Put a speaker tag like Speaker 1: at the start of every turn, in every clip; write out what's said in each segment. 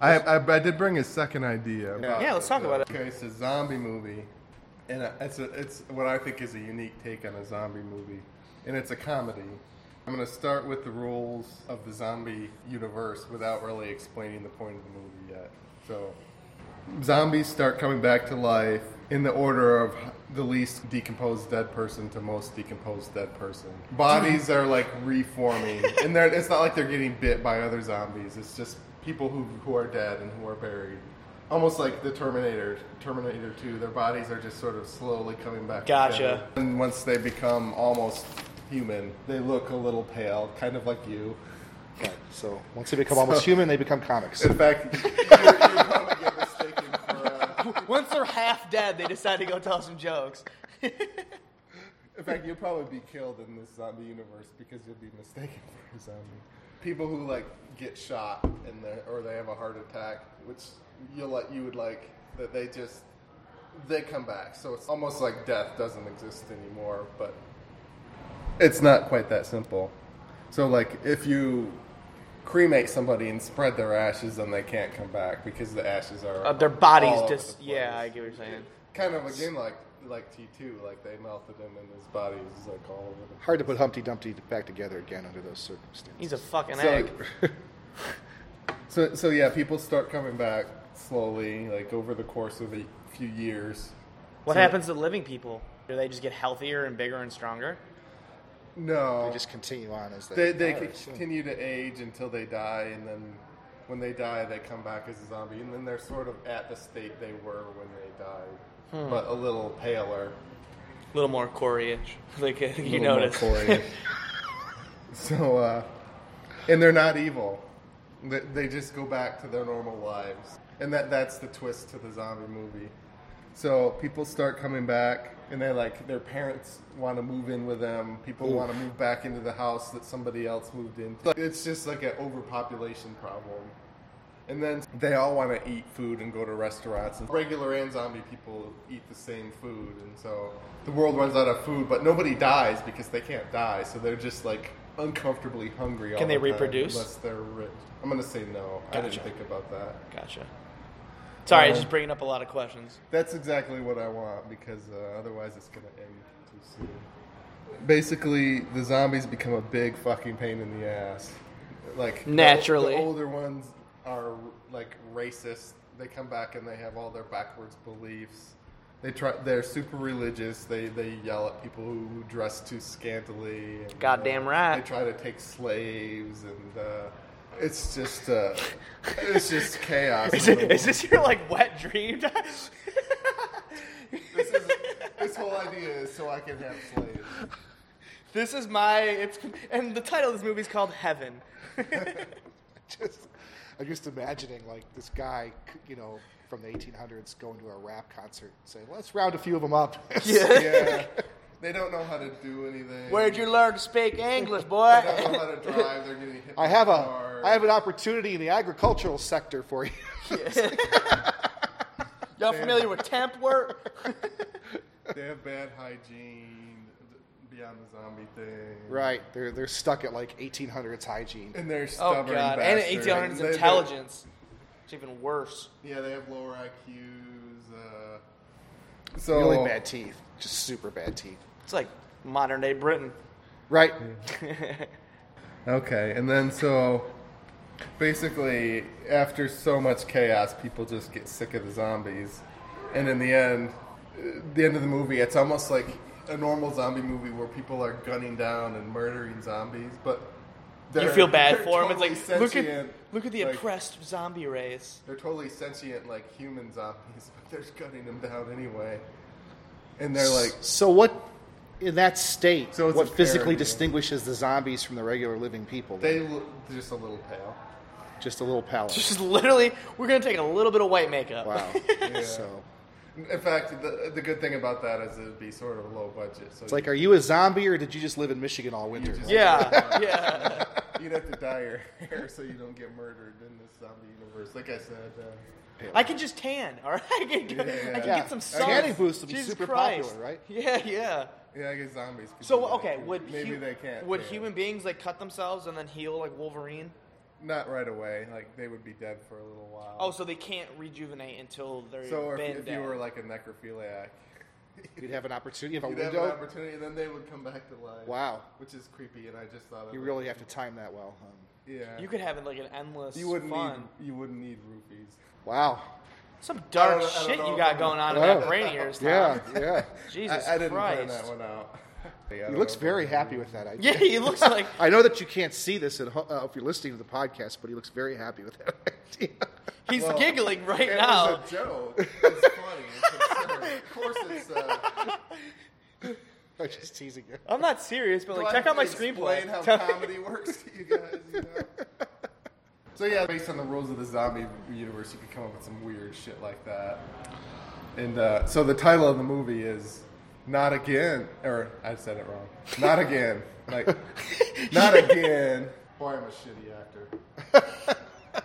Speaker 1: I, I, I did bring a second idea. about
Speaker 2: Yeah, let's talk about it.
Speaker 1: Okay, it's a zombie movie, and it's a, it's what I think is a unique take on a zombie movie, and it's a comedy. I'm going to start with the rules of the zombie universe without really explaining the point of the movie yet. So, zombies start coming back to life in the order of the least decomposed dead person to most decomposed dead person. Bodies are like reforming, and they're, it's not like they're getting bit by other zombies. It's just people who, who are dead and who are buried. Almost like the Terminator, Terminator 2, their bodies are just sort of slowly coming back.
Speaker 2: Gotcha.
Speaker 1: together. And once they become almost human, they look a little pale, kind of like you.
Speaker 3: Right. So once they become almost human, they become comics.
Speaker 1: In fact, you're, you're probably get mistaken for. Uh,
Speaker 2: Once they're half dead, they decide to go tell some jokes.
Speaker 1: In fact, you'll probably be killed in this zombie universe because you'll be mistaken for a zombie. People who like get shot and they or they have a heart attack, which you'll let you would like that they just they come back. So it's almost like death doesn't exist anymore, but it's not quite that simple. So like if you cremate somebody and spread their ashes, then they can't come back because the ashes are
Speaker 2: Uh, their
Speaker 1: all
Speaker 2: bodies
Speaker 1: over
Speaker 2: just.
Speaker 1: the place
Speaker 2: Yeah, I get what you're saying.
Speaker 1: kind of a game like like T two, like they melted him and his body was like all over the
Speaker 3: Hard to put Humpty Dumpty back together again under those circumstances.
Speaker 2: He's a fucking egg.
Speaker 1: So, so so yeah, people start coming back slowly, like over the course of a few years.
Speaker 2: What happens to living people? Do they just get healthier and bigger and stronger?
Speaker 1: No,
Speaker 3: They just continue on as
Speaker 1: they
Speaker 3: they.
Speaker 1: they
Speaker 3: die,
Speaker 1: can
Speaker 3: so-
Speaker 1: continue to age until they die, and then when they die, they come back as a zombie, and then they're sort of at the state they were when they died, but a little paler.
Speaker 2: A little more Corey-ish. Like uh,
Speaker 1: little
Speaker 2: you
Speaker 1: more
Speaker 2: notice.
Speaker 1: Corey. so, uh, and they're not evil. They, they just go back to their normal lives, and that that's the twist to the zombie movie. So people start coming back, and they like their parents want to move in with them. People want to move back into the house that somebody else moved into. Like, it's just like an overpopulation problem. And then they all want to eat food and go to restaurants. And regular and zombie people eat the same food, and so the world runs out of food, but nobody dies because they can't die. So they're just like uncomfortably hungry. All
Speaker 2: Can they
Speaker 1: the time,
Speaker 2: reproduce?
Speaker 1: unless they're rich? I'm gonna say no. I
Speaker 2: Gotcha.
Speaker 1: didn't think about that.
Speaker 2: Gotcha. Sorry,
Speaker 1: Um,
Speaker 2: just bringing up a lot of questions.
Speaker 1: That's exactly what I want because uh, otherwise it's gonna end too soon. Basically, the zombies become a big fucking pain in the ass. Like the-
Speaker 2: Naturally.
Speaker 1: the older ones are like racist. They come back and they have all their backwards beliefs. They try. They're super religious. They they yell at people who dress too scantily. And,
Speaker 2: Goddamn
Speaker 1: uh,
Speaker 2: right.
Speaker 1: They try to take slaves, and uh, it's just uh, it's just chaos.
Speaker 2: Is,
Speaker 1: in the
Speaker 2: it, is this your like wet dream?
Speaker 1: This is this whole idea is so I can have slaves.
Speaker 2: this is my. It's and the title of this movie is called Heaven.
Speaker 3: just, I'm just imagining like this guy, you know, from the 1800s going to a rap concert, saying, "Let's round a few of them up."
Speaker 1: Yeah, they don't know how to do anything.
Speaker 2: Where'd you learn to speak English,
Speaker 1: They
Speaker 2: boy?
Speaker 1: don't know how to drive. They're getting hit.
Speaker 3: I
Speaker 1: by
Speaker 3: have a,
Speaker 1: cars.
Speaker 3: I have an opportunity in the agricultural sector for you.
Speaker 2: Y'all familiar with temp work?
Speaker 1: They have bad hygiene beyond the zombie thing.
Speaker 3: right? They're they're stuck at like 1800s hygiene.
Speaker 1: And they're
Speaker 2: Oh
Speaker 1: stubborn.
Speaker 2: god,
Speaker 1: bastards.
Speaker 2: and 1800s
Speaker 1: They- they-
Speaker 2: intelligence. It's even worse.
Speaker 1: yeah, they have lower IQs. Uh, so
Speaker 3: Really bad teeth, just super bad teeth.
Speaker 2: It's like modern day Britain.
Speaker 3: Right?
Speaker 1: Okay, and then so basically, after so much chaos, people just get sick of the zombies, and in the end, uh, the end of the movie, it's almost like a normal zombie movie where people are gunning down and murdering zombies, but
Speaker 2: You
Speaker 1: they're-
Speaker 2: feel bad
Speaker 1: they're
Speaker 2: for him.
Speaker 1: totally
Speaker 2: it's like look at
Speaker 1: sentient,
Speaker 2: look at the
Speaker 1: like,
Speaker 2: oppressed zombie race.
Speaker 1: They're totally sentient, like human zombies, but they're just gunning them down anyway, and they're like
Speaker 3: so what? In that state,
Speaker 1: So it's
Speaker 3: what
Speaker 1: a
Speaker 3: physically
Speaker 1: parody.
Speaker 3: distinguishes the zombies from the regular living people?
Speaker 1: they look just a little pale.
Speaker 3: just a little palate.
Speaker 2: Just literally, we're gonna take a little bit of white makeup.
Speaker 3: wow.
Speaker 1: Yeah.
Speaker 3: So
Speaker 1: In fact, the, the good thing about that is it'd be sort of low budget. So
Speaker 3: It's like, are you a zombie or did you just live in Michigan all winter?
Speaker 1: just-
Speaker 2: Yeah, yeah.
Speaker 1: You'd have to dye your hair so you don't get murdered in this zombie universe. Like I said, uh,
Speaker 2: I can just tan. All right, I can, go, I can
Speaker 1: Yeah.
Speaker 2: get some
Speaker 3: A
Speaker 2: sun.
Speaker 3: tanning booth would be
Speaker 2: Jesus
Speaker 3: super
Speaker 2: Christ.
Speaker 3: popular, right?
Speaker 2: Yeah, yeah.
Speaker 1: yeah, I guess zombies. could do
Speaker 2: So
Speaker 1: that
Speaker 2: okay,
Speaker 1: too.
Speaker 2: would
Speaker 1: maybe
Speaker 2: hu-
Speaker 1: they can't?
Speaker 2: Would
Speaker 1: yeah.
Speaker 2: human beings like cut themselves and then heal like Wolverine?
Speaker 1: not right away. Like they would be dead for a little while.
Speaker 2: Oh, so they can't rejuvenate until they're
Speaker 1: so if,
Speaker 2: been
Speaker 1: if
Speaker 2: dead.
Speaker 1: you were like a necrophiliac,
Speaker 3: You'd have an opportunity. You have a
Speaker 1: you'd have an
Speaker 3: window.
Speaker 1: opportunity, then they would come back to life.
Speaker 3: wow,
Speaker 1: which is creepy. And I just thought of
Speaker 3: you
Speaker 1: it.
Speaker 3: really have to time that well. huh?
Speaker 1: yeah.
Speaker 2: you could have like an endless
Speaker 1: You wouldn't
Speaker 2: fun.
Speaker 1: need you wouldn't need rupees.
Speaker 3: Wow.
Speaker 2: Some dark
Speaker 1: I don't- I don't
Speaker 2: shit
Speaker 1: know
Speaker 2: you
Speaker 1: if
Speaker 2: got
Speaker 1: I'm-
Speaker 2: going on in
Speaker 3: Oh.
Speaker 2: that brain of yours, Tom.
Speaker 3: Yeah, yeah.
Speaker 2: Jesus
Speaker 1: I, I didn't
Speaker 2: Christ.
Speaker 1: plan that one out. Yeah, I
Speaker 3: He
Speaker 1: don't
Speaker 3: looks
Speaker 1: know.
Speaker 3: very happy with that idea.
Speaker 2: Yeah, he looks like
Speaker 3: I know that you can't see this at ho- uh, if you're listening to the podcast, but he looks very happy with that idea.
Speaker 2: he's
Speaker 1: Well,
Speaker 2: giggling right
Speaker 1: It
Speaker 2: now.
Speaker 1: was a joke. It's funny. It's absurd. of course, it's. Uh,
Speaker 3: I'm just teasing you.
Speaker 2: I'm not serious, but
Speaker 1: do
Speaker 2: like
Speaker 1: I
Speaker 2: check
Speaker 1: have
Speaker 2: out my
Speaker 1: to
Speaker 2: screenplay.
Speaker 1: Explain how
Speaker 2: Tell me-
Speaker 1: comedy works to you guys. You know? So yeah, based on the rules of the zombie universe, you could come up with some weird shit like that. And uh, so the title of the movie is "Not Again," or I said it wrong. Not again, like not again. Boy, I'm a shitty actor.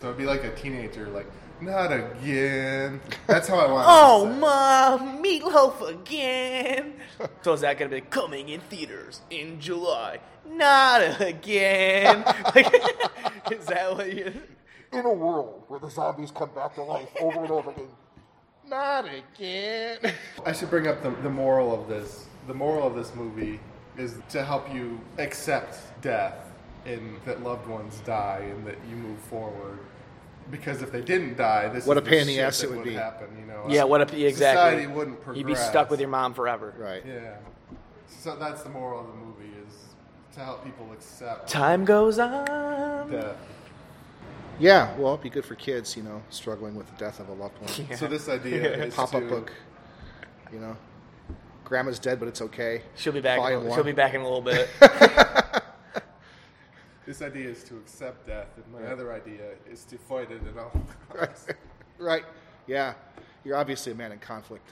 Speaker 1: so it'd be like a teenager, like not again. That's how I want.
Speaker 2: Oh,
Speaker 1: to say it.
Speaker 2: mom, meatloaf again. so is that gonna be coming in theaters in July? Not again. like, is that what you?
Speaker 3: In a world where the zombies come back to life over and over again. Not again.
Speaker 1: I should bring up the, the moral of this. The moral of this movie is to help you accept death and that loved ones die and that you move forward. Because if they didn't die, this
Speaker 3: What
Speaker 1: is
Speaker 3: a
Speaker 1: the
Speaker 3: pain in the
Speaker 1: shit
Speaker 3: ass
Speaker 1: that
Speaker 3: it would be.
Speaker 1: happen. You know,
Speaker 2: Yeah, what if exactly?
Speaker 1: society wouldn't progress.
Speaker 2: You'd be stuck with your mom forever.
Speaker 3: Right.
Speaker 1: Yeah. So that's the moral of the movie is to help people accept
Speaker 2: Time goes on.
Speaker 1: death.
Speaker 3: Yeah, well, it'd be good for kids, you know, struggling with the death of a loved one.
Speaker 2: Yeah.
Speaker 1: So this idea is
Speaker 3: Pop up
Speaker 1: to-
Speaker 3: book, you know. Grandma's dead, but it's okay.
Speaker 2: She'll be back.
Speaker 3: Volume
Speaker 2: In,
Speaker 3: one.
Speaker 2: she'll be back in a little bit.
Speaker 1: This idea is to accept death, and my other idea is to fight it at all costs.
Speaker 3: Right. Yeah. You're obviously a man in conflict.